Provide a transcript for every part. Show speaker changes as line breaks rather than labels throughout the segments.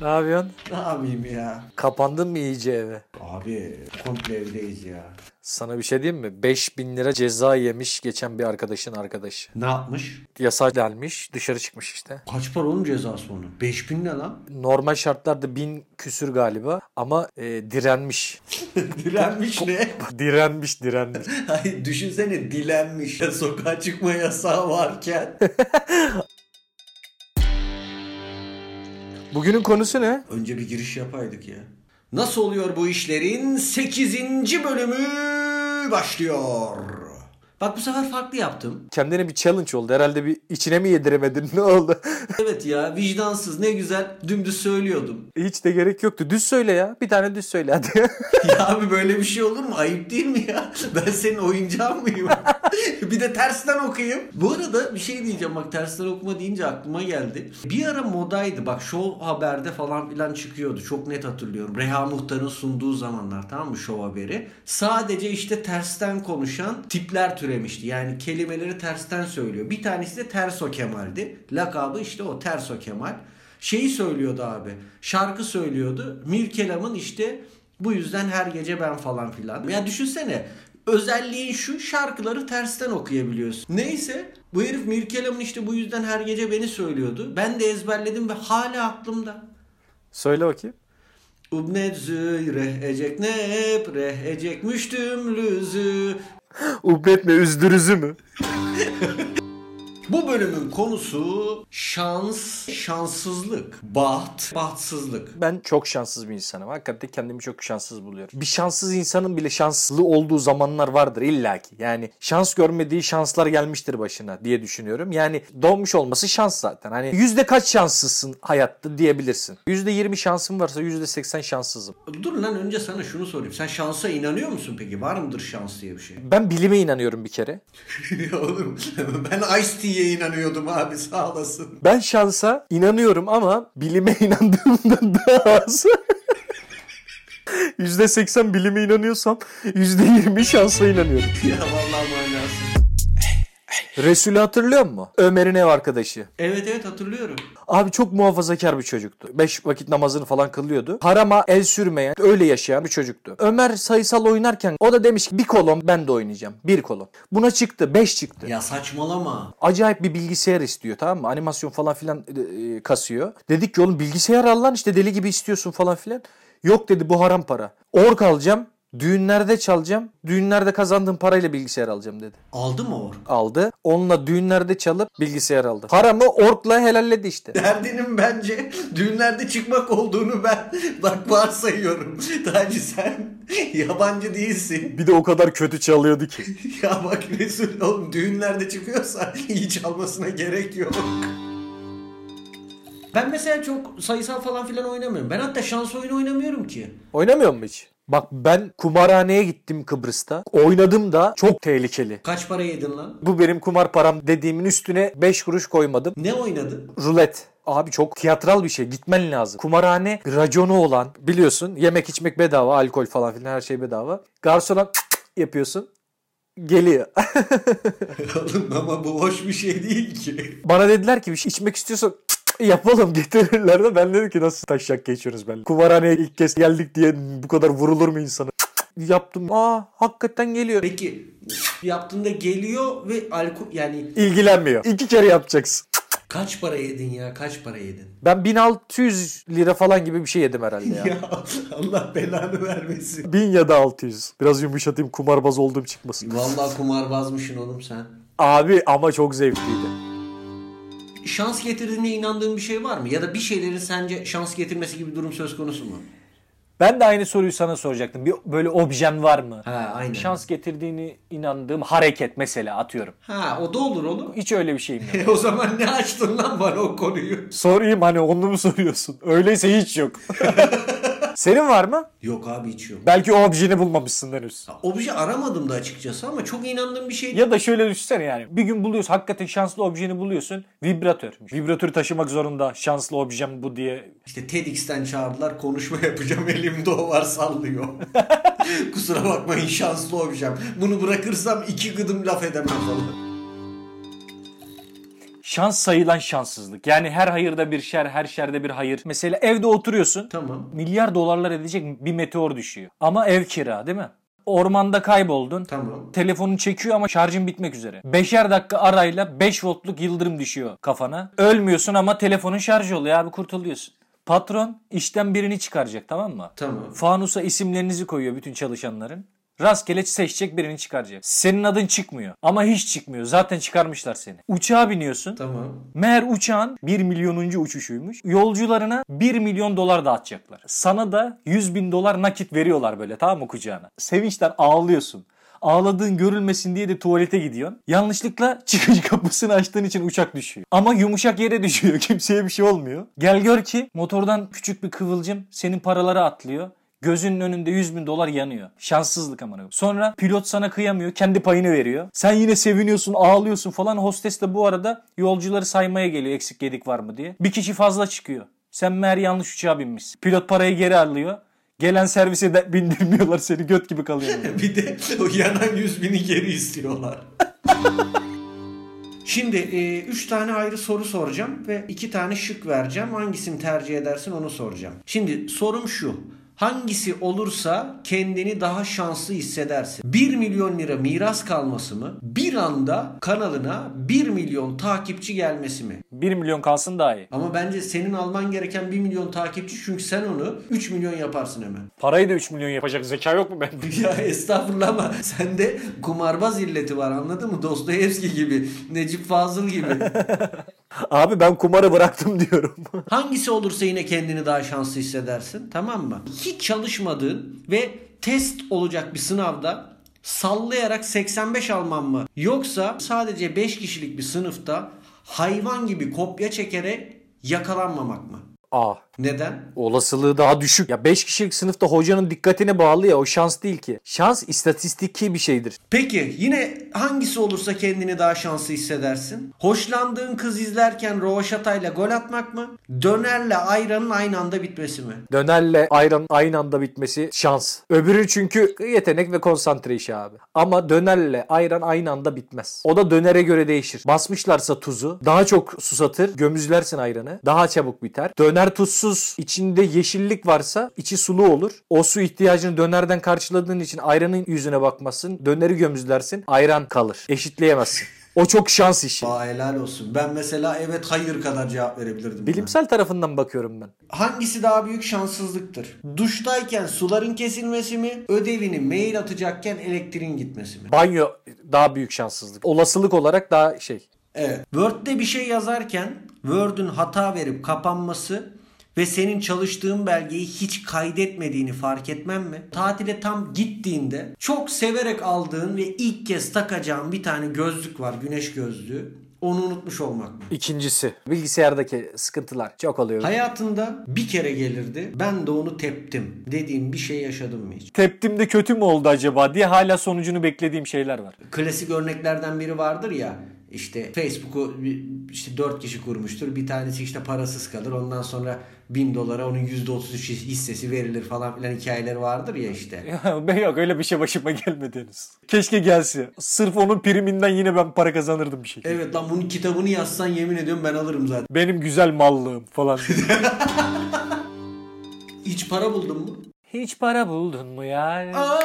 Ne yapıyorsun?
Ne yapayım ya?
Kapandın mı iyice eve?
Abi komple evdeyiz ya.
Sana bir şey diyeyim mi? 5000 lira ceza yemiş geçen bir arkadaşın arkadaşı.
Ne yapmış?
Yasa gelmiş dışarı çıkmış işte.
Kaç para onun cezası onun? 5000 ne lan?
Normal şartlarda 1000 küsür galiba ama e, direnmiş.
Dilenmiş ne?
direnmiş direnmiş.
Hayır düşünsene dilenmiş. Sokağa çıkma yasağı varken.
Bugünün konusu ne?
Önce bir giriş yapaydık ya. Nasıl oluyor bu işlerin 8. bölümü başlıyor. Bak bu sefer farklı yaptım.
Kendine bir challenge oldu. Herhalde bir içine mi yediremedin? Ne oldu?
Evet ya vicdansız ne güzel dümdüz söylüyordum.
Hiç de gerek yoktu. Düz söyle ya. Bir tane düz söyle hadi.
ya abi böyle bir şey olur mu? Ayıp değil mi ya? Ben senin oyuncağın mıyım? bir de tersten okuyayım. Bu arada bir şey diyeceğim bak tersten okuma deyince aklıma geldi. Bir ara modaydı bak Show Haber'de falan filan çıkıyordu. Çok net hatırlıyorum. Reha Muhtar'ın sunduğu zamanlar tamam mı Show Haber'i? Sadece işte tersten konuşan tipler türemişti. Yani kelimeleri tersten söylüyor. Bir tanesi de Terso Kemal'di. Lakabı işte o Terso Kemal. Şeyi söylüyordu abi. Şarkı söylüyordu. Mirkelam'ın işte bu yüzden her gece ben falan filan. Ya düşünsene özelliğin şu şarkıları tersten okuyabiliyorsun. Neyse bu herif Mirkelam'ın işte bu yüzden her gece beni söylüyordu. Ben de ezberledim ve hala aklımda.
söyle bakayım.
Ubnet züyreh ecek nepreh ecek müştümlüzü.
Ubretme üzdürüzü mü?
Bu bölümün konusu şans, şanssızlık, baht, bahtsızlık.
Ben çok şanssız bir insanım. Hakikaten kendimi çok şanssız buluyorum. Bir şanssız insanın bile şanslı olduğu zamanlar vardır illaki. Yani şans görmediği şanslar gelmiştir başına diye düşünüyorum. Yani doğmuş olması şans zaten. Hani yüzde kaç şanslısın hayatta diyebilirsin. Yüzde yirmi şansım varsa yüzde seksen şanssızım.
Dur lan önce sana şunu sorayım. Sen şansa inanıyor musun peki? Var mıdır şans diye bir şey?
Ben bilime inanıyorum bir kere.
Oğlum ben Ice T'ye inanıyordum abi sağ olasın.
Ben şansa inanıyorum ama bilime inandığımdan daha az. Yüzde seksen bilime inanıyorsam yüzde yirmi şansa inanıyorum.
ya vallahi manasız.
Resul'ü hatırlıyor musun? Ömer'in ev arkadaşı.
Evet evet hatırlıyorum.
Abi çok muhafazakar bir çocuktu. Beş vakit namazını falan kılıyordu. Harama el sürmeyen, öyle yaşayan bir çocuktu. Ömer sayısal oynarken o da demiş ki bir kolon ben de oynayacağım. Bir kolon. Buna çıktı. Beş çıktı.
Ya saçmalama.
Acayip bir bilgisayar istiyor tamam mı? Animasyon falan filan e, e, kasıyor. Dedik ki oğlum bilgisayar al lan işte deli gibi istiyorsun falan filan. Yok dedi bu haram para. Ork alacağım. Düğünlerde çalacağım. Düğünlerde kazandığım parayla bilgisayar alacağım dedi
Aldı mı or?
aldı. Onunla düğünlerde çalıp bilgisayar aldı. Paramı orkla helalledi işte.
Derdinin bence düğünlerde çıkmak olduğunu ben bak varsayıyorum. Taci sen yabancı değilsin.
Bir de o kadar kötü çalıyordu ki.
Ya bak Resul oğlum düğünlerde çıkıyorsa iyi çalmasına gerek yok. Ben mesela çok sayısal falan filan oynamıyorum. Ben hatta şans oyunu oynamıyorum ki.
Oynamıyor mu hiç? Bak ben kumarhaneye gittim Kıbrıs'ta. Oynadım da çok tehlikeli.
Kaç para yedin lan?
Bu benim kumar param dediğimin üstüne 5 kuruş koymadım.
Ne oynadın?
Rulet. Abi çok tiyatral bir şey. Gitmen lazım. Kumarhane raconu olan biliyorsun. Yemek içmek bedava. Alkol falan filan her şey bedava. Garsona yapıyorsun. Geliyor.
Oğlum ama bu hoş bir şey değil ki.
Bana dediler ki bir şey içmek istiyorsan yapalım getirirler de ben dedim ki nasıl taşak geçiyoruz ben. Kumarhaneye ilk kez geldik diye bu kadar vurulur mu insana? Yaptım. Aa hakikaten geliyor.
Peki yaptığında geliyor ve alkol yani
İlgilenmiyor. İki kere yapacaksın.
kaç para yedin ya kaç para yedin?
Ben 1600 lira falan gibi bir şey yedim herhalde ya.
Ya Allah belanı vermesin.
1000 ya da 600. Biraz yumuşatayım kumarbaz olduğum çıkmasın.
Vallahi kumarbazmışsın oğlum sen.
Abi ama çok zevkliydi.
Şans getirdiğine inandığın bir şey var mı? Ya da bir şeylerin sence şans getirmesi gibi bir durum söz konusu mu?
Ben de aynı soruyu sana soracaktım. Bir böyle objen var mı?
Ha aynen.
Şans getirdiğini inandığım hareket mesela atıyorum.
Ha o da olur oğlum.
Hiç öyle bir şeyim yok.
E, o zaman ne açtın lan bana o konuyu?
Sorayım hani onu mu soruyorsun? Öyleyse hiç yok. Senin var mı?
Yok abi hiç yok.
Belki o objeni bulmamışsın henüz.
Obje aramadım da açıkçası ama çok inandığım bir şey
Ya da şöyle düşünsene yani. Bir gün buluyorsun hakikaten şanslı objeni buluyorsun. Vibratörmüş. Vibratörü taşımak zorunda. Şanslı objem bu diye.
İşte TEDx'ten çağırdılar konuşma yapacağım elimde o var sallıyor. Kusura bakmayın şanslı olacağım. Bunu bırakırsam iki gıdım laf edemem falan.
Şans sayılan şanssızlık. Yani her hayırda bir şer, her şerde bir hayır. Mesela evde oturuyorsun.
Tamam.
Milyar dolarlar edecek bir meteor düşüyor. Ama ev kira değil mi? Ormanda kayboldun.
Tamam.
Telefonun çekiyor ama şarjın bitmek üzere. Beşer dakika arayla 5 voltluk yıldırım düşüyor kafana. Ölmüyorsun ama telefonun şarjı oluyor abi kurtuluyorsun. Patron işten birini çıkaracak tamam mı?
Tamam.
Fanusa isimlerinizi koyuyor bütün çalışanların. Rastgele seçecek birini çıkaracak. Senin adın çıkmıyor ama hiç çıkmıyor. Zaten çıkarmışlar seni. Uçağa biniyorsun.
Tamam.
Meğer uçağın 1 milyonuncu uçuşuymuş. Yolcularına 1 milyon dolar dağıtacaklar. Sana da 100 bin dolar nakit veriyorlar böyle tamam mı kucağına. Sevinçten ağlıyorsun. Ağladığın görülmesin diye de tuvalete gidiyorsun. Yanlışlıkla çıkış kapısını açtığın için uçak düşüyor. Ama yumuşak yere düşüyor. Kimseye bir şey olmuyor. Gel gör ki motordan küçük bir kıvılcım senin paraları atlıyor. Gözünün önünde 100 bin dolar yanıyor. Şanssızlık amına. koyayım. Sonra pilot sana kıyamıyor. Kendi payını veriyor. Sen yine seviniyorsun, ağlıyorsun falan. Hostes de bu arada yolcuları saymaya geliyor eksik yedik var mı diye. Bir kişi fazla çıkıyor. Sen meğer yanlış uçağa binmişsin. Pilot parayı geri alıyor. Gelen servise de bindirmiyorlar seni göt gibi kalıyor.
Bir de o yanan 100 bini geri istiyorlar. Şimdi 3 tane ayrı soru soracağım ve 2 tane şık vereceğim. Hangisini tercih edersin onu soracağım. Şimdi sorum şu. Hangisi olursa kendini daha şanslı hissedersin? 1 milyon lira miras kalması mı? Bir anda kanalına 1 milyon takipçi gelmesi mi?
1 milyon kalsın daha iyi.
Ama bence senin alman gereken 1 milyon takipçi çünkü sen onu 3 milyon yaparsın hemen.
Parayı da 3 milyon yapacak zeka yok mu bende?
Ya estağfurullah ama sende kumarbaz illeti var anladın mı? Dostoyevski gibi, Necip Fazıl gibi.
Abi ben kumarı bıraktım diyorum.
Hangisi olursa yine kendini daha şanslı hissedersin tamam mı? Hiç çalışmadığın ve test olacak bir sınavda sallayarak 85 alman mı? Yoksa sadece 5 kişilik bir sınıfta hayvan gibi kopya çekerek yakalanmamak mı?
Aa
Neden?
olasılığı daha düşük. Ya 5 kişilik sınıfta hocanın dikkatine bağlı ya o şans değil ki. Şans istatistiki bir şeydir.
Peki yine hangisi olursa kendini daha şanslı hissedersin? Hoşlandığın kız izlerken rovaşatayla gol atmak mı? Dönerle ayranın aynı anda bitmesi mi?
Dönerle ayran aynı anda bitmesi şans. Öbürü çünkü yetenek ve konsantre işi abi. Ama dönerle ayran aynı anda bitmez. O da dönere göre değişir. Basmışlarsa tuzu daha çok susatır. Gömüzlersin ayranı. Daha çabuk biter. Döner tuzsuz içinde yeşillik varsa içi sulu olur. O su ihtiyacını dönerden karşıladığın için ayranın yüzüne bakmazsın. Döneri gömüzlersin. Ayran kalır. Eşitleyemezsin. O çok şans işi.
Aa helal olsun. Ben mesela evet hayır kadar cevap verebilirdim. buna.
Bilimsel tarafından bakıyorum ben.
Hangisi daha büyük şanssızlıktır? Duştayken suların kesilmesi mi? Ödevini mail atacakken elektriğin gitmesi mi?
Banyo daha büyük şanssızlık. Olasılık olarak daha şey.
Evet. Word'de bir şey yazarken Word'ün hata verip kapanması ve senin çalıştığın belgeyi hiç kaydetmediğini fark etmem mi? Tatile tam gittiğinde çok severek aldığın ve ilk kez takacağın bir tane gözlük var. Güneş gözlüğü. Onu unutmuş olmak mı?
İkincisi bilgisayardaki sıkıntılar çok oluyor.
Hayatında bir kere gelirdi. Ben de onu teptim dediğim bir şey yaşadım mı hiç?
Teptimde kötü mü oldu acaba diye hala sonucunu beklediğim şeyler var.
Klasik örneklerden biri vardır ya. İşte Facebook'u işte 4 kişi kurmuştur. Bir tanesi işte parasız kalır. Ondan sonra 1000 dolara onun %33 hissesi verilir falan filan hikayeleri vardır ya işte.
ben yok öyle bir şey başıma gelmedi henüz. Keşke gelse. Sırf onun priminden yine ben para kazanırdım bir şekilde.
Evet lan bunun kitabını yazsan yemin ediyorum ben alırım zaten.
Benim güzel mallığım falan.
Hiç para buldun mu?
Hiç para buldun mu ya?
Aa!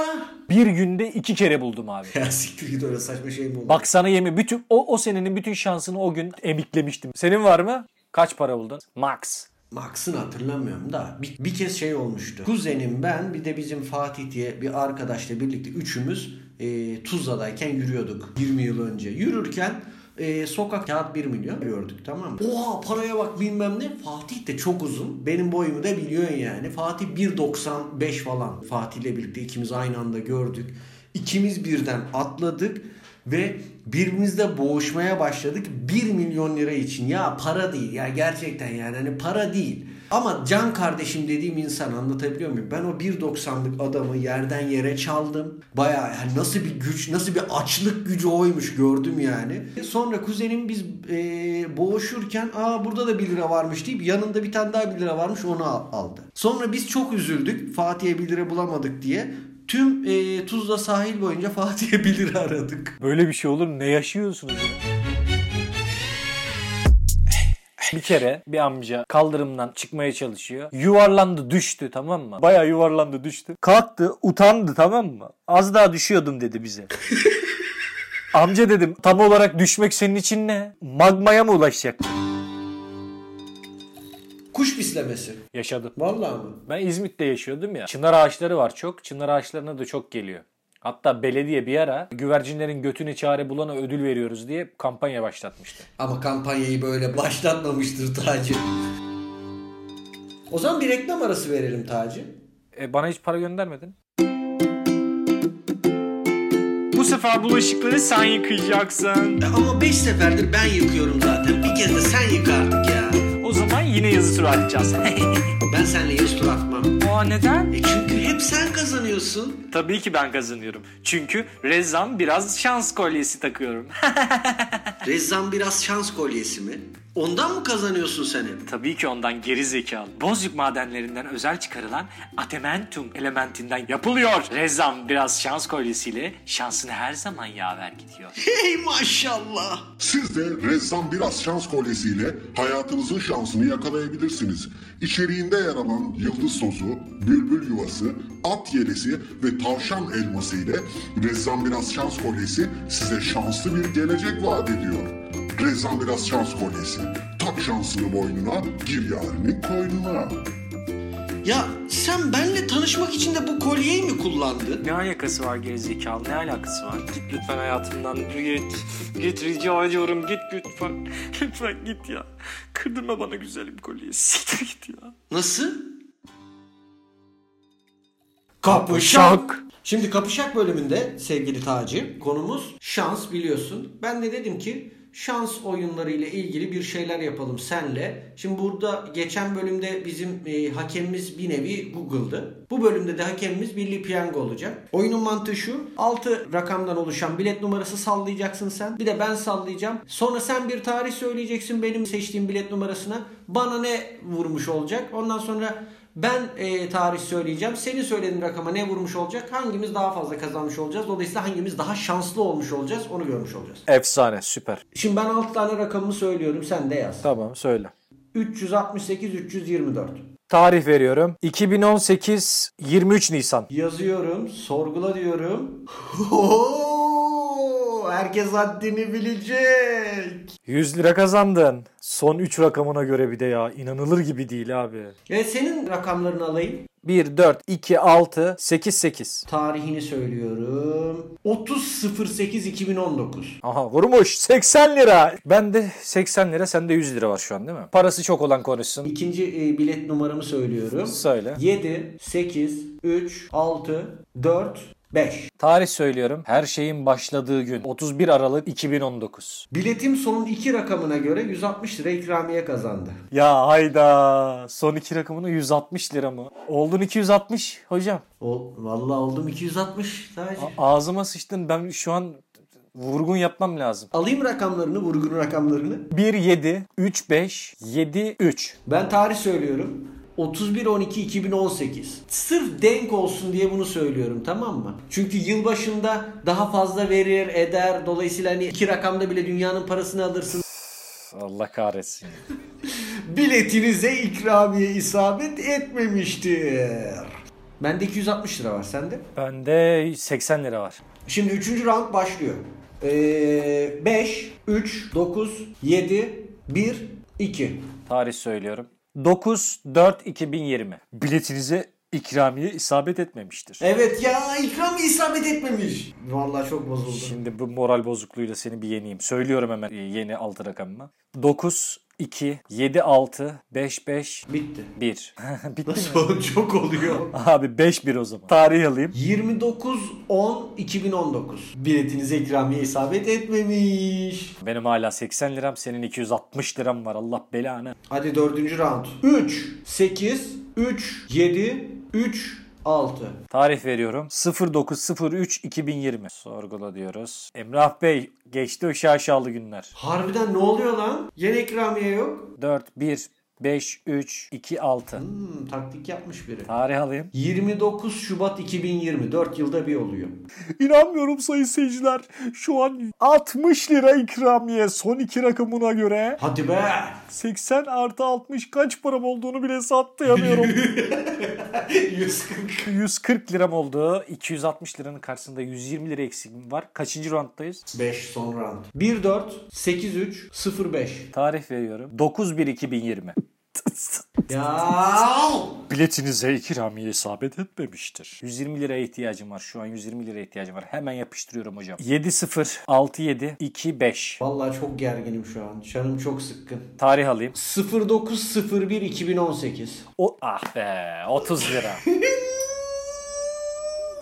Bir günde iki kere buldum abi.
Ya siktir git öyle saçma şey mi olur?
Bak sana yemin bütün o, o senenin bütün şansını o gün emiklemiştim. Senin var mı? Kaç para buldun? Max.
Max'ını hatırlamıyorum da bir, bir kez şey olmuştu. Kuzenim ben bir de bizim Fatih diye bir arkadaşla birlikte üçümüz e, Tuzla'dayken yürüyorduk 20 yıl önce. Yürürken e, sokak kağıt 1 milyon gördük tamam mı? Oha paraya bak bilmem ne. Fatih de çok uzun. Benim boyumu da biliyorsun yani. Fatih 1.95 falan. Fatih'le birlikte ikimiz aynı anda gördük. İkimiz birden atladık ve birbirimizle boğuşmaya başladık 1 milyon lira için ya para değil ya gerçekten yani hani para değil ama can kardeşim dediğim insan anlatabiliyor muyum? Ben o 1.90'lık adamı yerden yere çaldım. Baya yani nasıl bir güç, nasıl bir açlık gücü oymuş gördüm yani. Sonra kuzenim biz e, boğuşurken aa burada da 1 lira varmış deyip yanında bir tane daha 1 lira varmış onu al- aldı. Sonra biz çok üzüldük Fatih'e 1 lira bulamadık diye. Tüm e, Tuzla sahil boyunca Fatih'e 1 lira aradık.
Böyle bir şey olur mu? Ne yaşıyorsunuz? ya?
Bir kere bir amca kaldırımdan çıkmaya çalışıyor. Yuvarlandı düştü tamam mı? Baya yuvarlandı düştü. Kalktı utandı tamam mı? Az daha düşüyordum dedi bize. Amca dedim tam olarak düşmek senin için ne? Magmaya mı ulaşacak?
Kuş pislemesi.
Yaşadım.
Vallahi mı?
Ben İzmit'te yaşıyordum ya. Çınar ağaçları var çok. Çınar ağaçlarına da çok geliyor. Hatta belediye bir ara güvercinlerin götüne çare bulana ödül veriyoruz diye kampanya başlatmıştı.
Ama kampanyayı böyle başlatmamıştır Taci. O zaman bir reklam arası verelim Taci.
E, bana hiç para göndermedin.
Bu sefer bulaşıkları sen yıkayacaksın.
E Ama 5 seferdir ben yıkıyorum zaten. Bir kez de sen yık artık ya.
O zaman yine yazı tura atacağız.
Ben seninle yarış tur atmam.
Aa neden?
E çünkü hep sen kazanıyorsun.
Tabii ki ben kazanıyorum. Çünkü Rezan biraz şans kolyesi takıyorum.
Rezzan biraz şans kolyesi mi? Ondan mı kazanıyorsun sen hep?
Tabii ki ondan geri zekalı. Bozcuk madenlerinden özel çıkarılan atementum elementinden yapılıyor. Rezan biraz şans kolyesiyle şansını her zaman yaver gidiyor.
Hey maşallah.
Siz de Ressam Biraz Şans Kolyesi'yle hayatınızın şansını yakalayabilirsiniz. İçeriğinde yer alan yıldız sosu, bülbül yuvası, at yelesi ve tavşan elması ile Ressam Biraz Şans Kolyesi size şanslı bir gelecek vaat ediyor. Ressam Biraz Şans Kolyesi. Tak şansını boynuna, gir yarını koynuna.
Ya sen benle tanışmak için de bu kolyeyi mi kullandın?
Ne alakası var geri zekalı? Ne alakası var? Git lütfen hayatımdan. Git. Git rica ediyorum. Git lütfen. Lütfen git ya. Kırdırma bana güzelim kolyeyi. Siktir git ya.
Nasıl?
Şok.
Şimdi kapışak bölümünde sevgili Taci konumuz şans biliyorsun. Ben de dedim ki şans oyunları ile ilgili bir şeyler yapalım senle. Şimdi burada geçen bölümde bizim e, hakemimiz bir nevi Google'dı. Bu bölümde de hakemimiz Milli Piyango olacak. Oyunun mantığı şu. 6 rakamdan oluşan bilet numarası sallayacaksın sen. Bir de ben sallayacağım. Sonra sen bir tarih söyleyeceksin benim seçtiğim bilet numarasına. Bana ne vurmuş olacak? Ondan sonra ben e, tarih söyleyeceğim. Senin söylediğin rakama ne vurmuş olacak? Hangimiz daha fazla kazanmış olacağız? Dolayısıyla hangimiz daha şanslı olmuş olacağız? Onu görmüş olacağız.
Efsane süper.
Şimdi ben 6 tane rakamımı söylüyorum. Sen de yaz.
Tamam söyle.
368 324.
Tarih veriyorum. 2018 23 Nisan.
Yazıyorum. Sorgula diyorum. Oo, herkes haddini bilecek.
100 lira kazandın. Son 3 rakamına göre bir de ya. inanılır gibi değil abi.
Ve senin rakamlarını alayım.
1, 4, 2, 6, 8, 8.
Tarihini söylüyorum. 30.08.2019 2019.
Aha vurmuş 80 lira. Ben de 80 lira sende 100 lira var şu an değil mi? Parası çok olan konuşsun.
İkinci e, bilet numaramı söylüyorum.
Söyle.
7, 8, 3, 6, 4, 5.
Tarih söylüyorum. Her şeyin başladığı gün 31 Aralık 2019.
Biletim son iki rakamına göre 160 lira ikramiye kazandı.
Ya hayda. Son iki rakamını 160 lira mı? Oldun 260 hocam.
O, vallahi oldum 260 sadece.
A- ağzıma sıçtın. Ben şu an vurgun yapmam lazım.
Alayım rakamlarını, vurgun rakamlarını.
1 7 3 5 7 3.
Ben tarih söylüyorum. 31 12 2018. Sırf denk olsun diye bunu söylüyorum tamam mı? Çünkü yılbaşında daha fazla verir, eder. Dolayısıyla hani iki rakamda bile dünyanın parasını alırsın.
Allah kahretsin.
biletinize ikramiye isabet etmemiştir. Bende 260 lira var sende.
Bende 80 lira var.
Şimdi 3. round başlıyor. Ee, 5, 3, 9, 7, 1, 2.
Tarih söylüyorum. 9 4 2020. Biletinize ikramiye isabet etmemiştir.
Evet ya ikramiye isabet etmemiş. Vallahi çok bozuldum.
Şimdi bu moral bozukluğuyla seni bir yeneyim. Söylüyorum hemen e, yeni altı rakamımı. 9 2 7 6 5 5
Bitti.
1. Bitti mi?
Nasıl çok oluyor.
Abi 5 1 o zaman. Tarih alayım.
29 10 2019. Biletinize ikramiye isabet etmemiş.
Benim hala 80 liram, senin 260 liram var. Allah belanı.
Hadi dördüncü round. 3 8 3 7 3 6.
Tarih veriyorum. 09.03.2020. Sorgula diyoruz. Emrah Bey geçti o şaşalı günler.
Harbiden ne oluyor lan? Yeni ikramiye yok.
4 1 5, 3, 2, 6.
Hmm, taktik yapmış biri.
Tarih alayım.
29 Şubat 2020. 4 yılda bir oluyor.
İnanmıyorum sayın seyirciler. Şu an 60 lira ikramiye son iki rakamına göre
Hadi be.
80 artı 60 kaç param olduğunu bile saptayamıyorum.
140.
140 liram oldu. 260 liranın karşısında 120 lira eksiğim var. Kaçıncı rounddayız?
5 son round. 1-4, 8-3, 0-5.
Tarih veriyorum. 9-1-2020.
Ya.
Biletinize ikramiye isabet etmemiştir. 120 liraya ihtiyacım var. Şu an 120 liraya ihtiyacım var. Hemen yapıştırıyorum hocam. 7-0-6-7-2-5.
Vallahi çok gerginim şu an. Canım çok sıkkın.
Tarih alayım.
0901 2018.
O ah be 30 lira.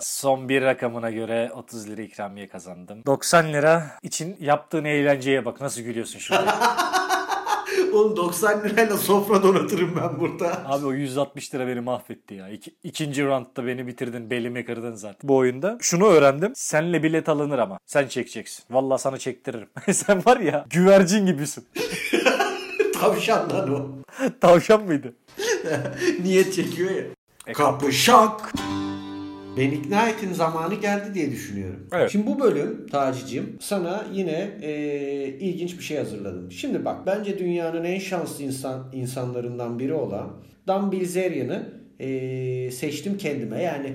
Son bir rakamına göre 30 lira ikramiye kazandım. 90 lira için yaptığın eğlenceye bak nasıl gülüyorsun şu an.
Oğlum 90 lirayla sofra donatırım ben burada.
Abi o 160 lira beni mahvetti ya. İki, ikinci roundda beni bitirdin belimi kırdın zaten. Bu oyunda şunu öğrendim. Senle bilet alınır ama. Sen çekeceksin. Vallahi sana çektiririm. Sen var ya güvercin gibisin.
Tavşan lan o.
Tavşan mıydı?
Niyet çekiyor ya. Kapışak. Ben ikna ettin zamanı geldi diye düşünüyorum.
Evet.
Şimdi bu bölüm Taci'cim sana yine eee, ilginç bir şey hazırladım. Şimdi bak bence dünyanın en şanslı insan insanlarından biri olan Dan Bilzerian'ı eee, seçtim kendime. Yani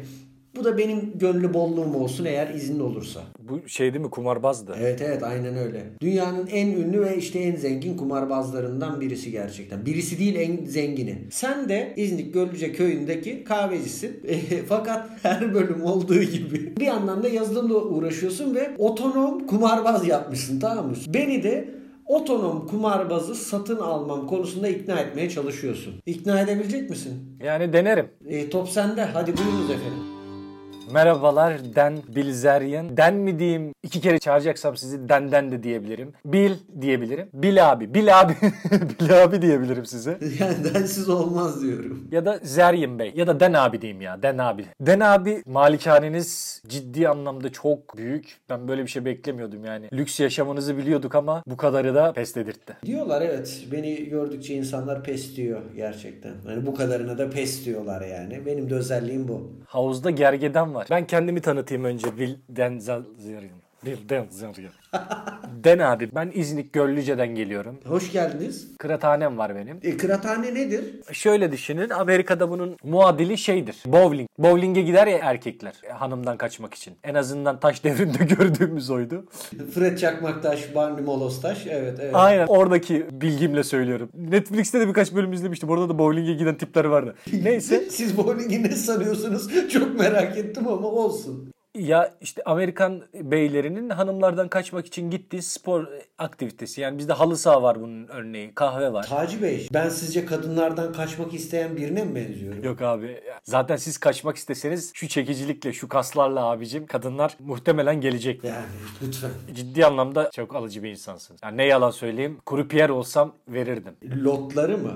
bu da benim gönlü bolluğum olsun eğer izin olursa.
Bu şey değil mi kumarbazdı.
Evet evet aynen öyle. Dünyanın en ünlü ve işte en zengin kumarbazlarından birisi gerçekten. Birisi değil en zengini. Sen de İznik Gölcüce köyündeki kahvecisin. Eh, fakat her bölüm olduğu gibi bir yandan da yazılımla uğraşıyorsun ve otonom kumarbaz yapmışsın tamam mı? Beni de otonom kumarbazı satın almam konusunda ikna etmeye çalışıyorsun. İkna edebilecek misin?
Yani denerim.
Eh, top sende. Hadi buyurunuz efendim.
Merhabalar Den Bilzerian. Den mi diyeyim? İki kere çağıracaksam sizi Denden de diyebilirim. Bil diyebilirim. Bil abi. Bil abi. Bil abi diyebilirim size.
Yani densiz olmaz diyorum.
Ya da Zeryin Bey. Ya da Den abi diyeyim ya. Den abi. Den abi malikaneniz ciddi anlamda çok büyük. Ben böyle bir şey beklemiyordum yani. Lüks yaşamınızı biliyorduk ama bu kadarı da pes dedirtti.
Diyorlar evet. Beni gördükçe insanlar pes diyor gerçekten. Hani bu kadarına da pes diyorlar yani. Benim de özelliğim bu.
Havuzda gergedan var. Ben kendimi tanıtayım önce. Bil Den Zeryin. Bil Den Zeryin. Den abi. Ben İznik Göllüce'den geliyorum.
Hoş geldiniz.
Kıraathanem var benim.
E, kıraathane nedir?
Şöyle düşünün Amerika'da bunun muadili şeydir. Bowling. Bowling'e gider ya erkekler e, hanımdan kaçmak için. En azından taş devrinde gördüğümüz oydu.
Fred Çakmaktaş, Barney Molostaş. Evet evet.
Aynen oradaki bilgimle söylüyorum. Netflix'te de birkaç bölüm izlemiştim. Orada da bowling'e giden tipler vardı. Neyse.
Siz bowling'i ne sanıyorsunuz? Çok merak ettim ama olsun.
Ya işte Amerikan beylerinin hanımlardan kaçmak için gittiği spor aktivitesi. Yani bizde halı saha var bunun örneği. Kahve var.
Taci Bey, ben sizce kadınlardan kaçmak isteyen birine mi benziyorum?
Yok abi. Zaten siz kaçmak isteseniz şu çekicilikle, şu kaslarla abicim kadınlar muhtemelen gelecek.
Yani lütfen.
ciddi anlamda çok alıcı bir insansınız. Yani ne yalan söyleyeyim. Kuru piyer olsam verirdim.
Lotları mı?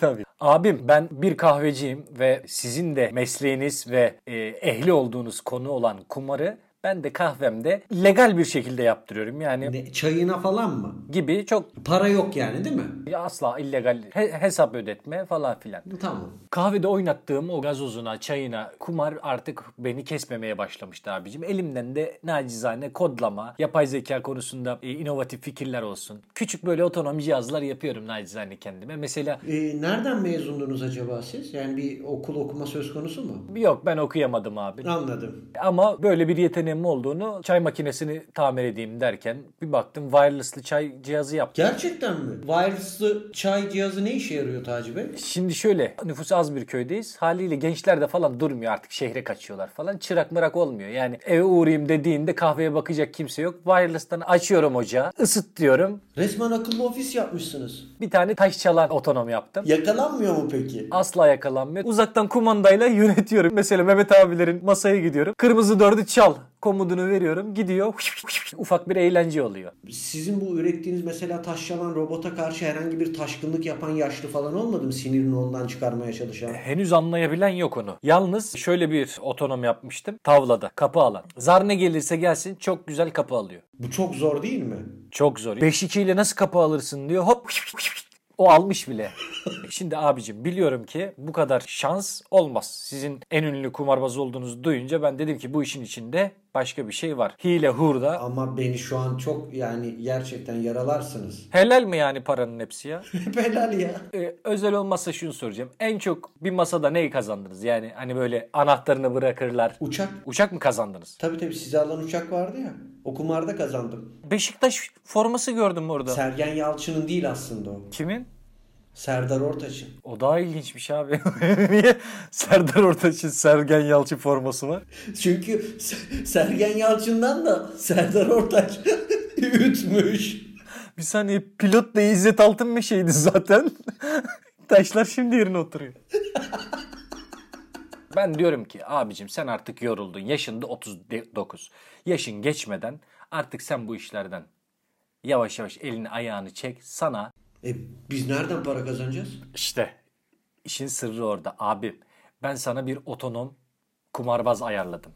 Tabii. Abim ben bir kahveciyim ve sizin de mesleğiniz ve e, ehli olduğunuz konu olan kumarı ben de kahvemde legal bir şekilde yaptırıyorum. Yani
Ne, Hani çayına falan mı?
gibi çok
Para yok yani değil mi?
asla illegal he- hesap ödetme falan filan.
Tamam.
Kahvede oynattığım o gazozuna, çayına kumar artık beni kesmemeye başlamıştı abicim. Elimden de nacizane kodlama, yapay zeka konusunda e, inovatif fikirler olsun. Küçük böyle otonom cihazlar yapıyorum nacizane kendime. Mesela
E, nereden mezundunuz acaba siz? Yani bir okul okuma söz konusu mu?
yok ben okuyamadım abi.
Anladım.
Ama böyle bir yeteneğim olduğunu çay makinesini tamir edeyim derken bir baktım wireless'lı çay cihazı yaptım.
Gerçekten mi? Wireless'lı çay cihazı ne işe yarıyor Taci Bey?
Şimdi şöyle nüfusu az bir köydeyiz. Haliyle gençler de falan durmuyor artık şehre kaçıyorlar falan. Çırak mırak olmuyor. Yani eve uğrayayım dediğinde kahveye bakacak kimse yok. Wireless'tan açıyorum ocağı. ısıt diyorum.
Resmen akıllı ofis yapmışsınız.
Bir tane taş çalan otonom yaptım.
Yakalanmıyor mu peki?
Asla yakalanmıyor. Uzaktan kumandayla yönetiyorum. Mesela Mehmet abilerin masaya gidiyorum. Kırmızı dördü çal komutunu veriyorum. Gidiyor. Ufak bir eğlence oluyor.
Sizin bu ürettiğiniz mesela taş çalan robota karşı herhangi bir taşkınlık yapan yaşlı falan olmadı mı? Sinirini ondan çıkarmaya çalışan.
Henüz anlayabilen yok onu. Yalnız şöyle bir otonom yapmıştım. Tavlada kapı alan. Zar ne gelirse gelsin çok güzel kapı alıyor.
Bu çok zor değil mi?
Çok zor. 5-2 ile nasıl kapı alırsın diyor. Hop O almış bile. Şimdi abicim biliyorum ki bu kadar şans olmaz. Sizin en ünlü kumarbaz olduğunuzu duyunca ben dedim ki bu işin içinde başka bir şey var. Hile hurda.
Ama beni şu an çok yani gerçekten yaralarsınız.
Helal mi yani paranın hepsi ya?
Hep helal ya.
Ee, özel olmazsa şunu soracağım. En çok bir masada neyi kazandınız? Yani hani böyle anahtarını bırakırlar.
Uçak.
Uçak mı kazandınız?
Tabii tabii size alan uçak vardı ya. O kumarda kazandım.
Beşiktaş forması gördüm orada.
Sergen Yalçın'ın değil aslında o.
Kimin?
Serdar Ortaç'ın.
O daha ilginçmiş abi. Niye Serdar Ortaç'ın Sergen Yalçın forması var?
Çünkü S- Sergen Yalçın'dan da Serdar Ortaç ütmüş.
Bir saniye pilot da İzzet Altın mı şeydi zaten? Taşlar şimdi yerine oturuyor. ben diyorum ki abicim sen artık yoruldun. Yaşın da 39. Yaşın geçmeden artık sen bu işlerden yavaş yavaş elini ayağını çek. Sana
E biz nereden para kazanacağız?
İşte işin sırrı orada abim. Ben sana bir otonom kumarbaz ayarladım.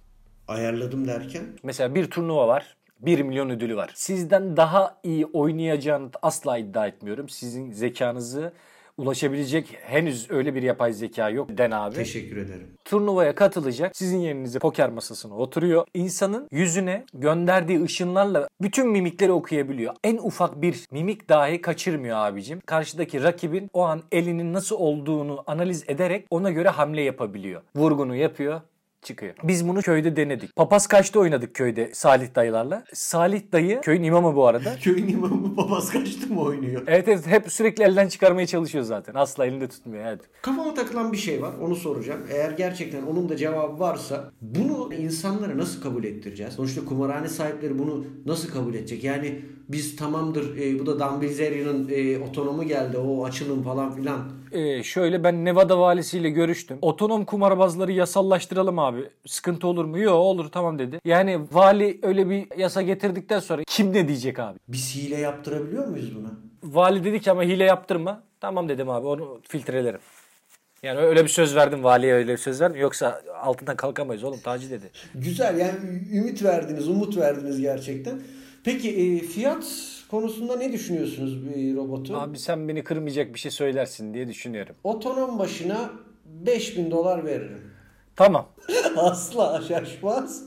Ayarladım derken.
Mesela bir turnuva var. 1 milyon ödülü var. Sizden daha iyi oynayacağını asla iddia etmiyorum. Sizin zekanızı ulaşabilecek henüz öyle bir yapay zeka yok Den abi.
Teşekkür ederim.
Turnuvaya katılacak. Sizin yerinize poker masasına oturuyor. İnsanın yüzüne gönderdiği ışınlarla bütün mimikleri okuyabiliyor. En ufak bir mimik dahi kaçırmıyor abicim. Karşıdaki rakibin o an elinin nasıl olduğunu analiz ederek ona göre hamle yapabiliyor. Vurgunu yapıyor çıkıyor. Biz bunu köyde denedik. Papaz kaçta oynadık köyde Salih dayılarla. Salih dayı köyün imamı bu arada.
Köyün imamı papaz kaçtı mı oynuyor?
Evet, evet hep sürekli elden çıkarmaya çalışıyor zaten. Asla elinde tutmuyor. Evet.
Kafama takılan bir şey var. Onu soracağım. Eğer gerçekten onun da cevabı varsa bunu insanlara nasıl kabul ettireceğiz? Sonuçta kumarhane sahipleri bunu nasıl kabul edecek? Yani biz tamamdır e, bu da Dan Bilzerian'ın e, otonomu geldi o açılım falan filan.
Ee, şöyle ben Nevada valisiyle görüştüm. Otonom kumarbazları yasallaştıralım abi. Sıkıntı olur mu? Yok olur tamam dedi. Yani vali öyle bir yasa getirdikten sonra kim ne diyecek abi?
Biz hile yaptırabiliyor muyuz buna?
Vali dedi ki ama hile yaptırma. Tamam dedim abi onu filtrelerim. Yani öyle bir söz verdim valiye öyle bir söz verdim. Yoksa altından kalkamayız oğlum Taci dedi.
Güzel yani ü- ümit verdiniz, umut verdiniz gerçekten. Peki e, fiyat konusunda ne düşünüyorsunuz bir robotu?
Abi sen beni kırmayacak bir şey söylersin diye düşünüyorum.
Otonom başına 5000 dolar veririm.
Tamam.
Asla şaşmaz.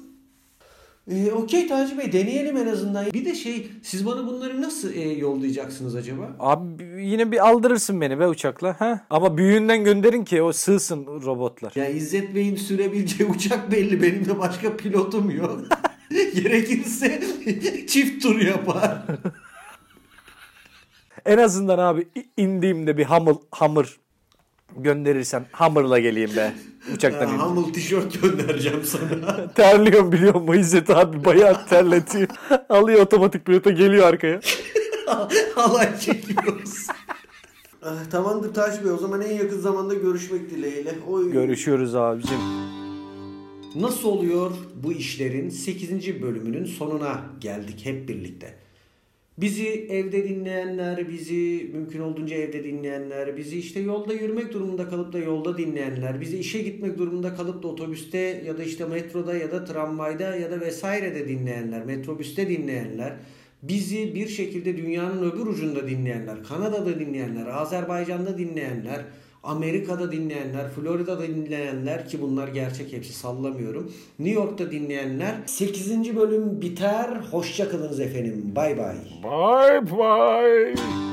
Ee, Okey Taci Bey deneyelim en azından. Bir de şey siz bana bunları nasıl e, yollayacaksınız acaba?
Abi yine bir aldırırsın beni be uçakla. Ha? Ama büyüğünden gönderin ki o sığsın robotlar.
Ya İzzet Bey'in sürebileceği uçak belli. Benim de başka pilotum yok. Gerekirse çift tur yapar.
En azından abi i- indiğimde bir hamur, hamur gönderirsen hamurla geleyim be. Uçaktan
Ya,
indim.
Humble tişört göndereceğim sana.
Terliyorum biliyor musun İzzet abi bayağı terletiyor. Alıyor otomatik pilota geliyor arkaya.
Halay çekiyoruz. Ah, Tamamdır Taci Bey o zaman en yakın zamanda görüşmek dileğiyle. Oy.
Görüşüyoruz abicim.
Nasıl oluyor bu işlerin 8. bölümünün sonuna geldik hep birlikte. Bizi evde dinleyenler, bizi mümkün olduğunca evde dinleyenler, bizi işte yolda yürümek durumunda kalıp da yolda dinleyenler, bizi işe gitmek durumunda kalıp da otobüste ya da işte metroda ya da tramvayda ya da vesairede dinleyenler, metrobüste dinleyenler, bizi bir şekilde dünyanın öbür ucunda dinleyenler, Kanada'da dinleyenler, Azerbaycan'da dinleyenler, Amerika'da dinleyenler, Florida'da dinleyenler ki bunlar gerçek hepsi sallamıyorum. New York'ta dinleyenler 8. bölüm biter. Hoşçakalınız efendim. Bay bay.
Bye bye.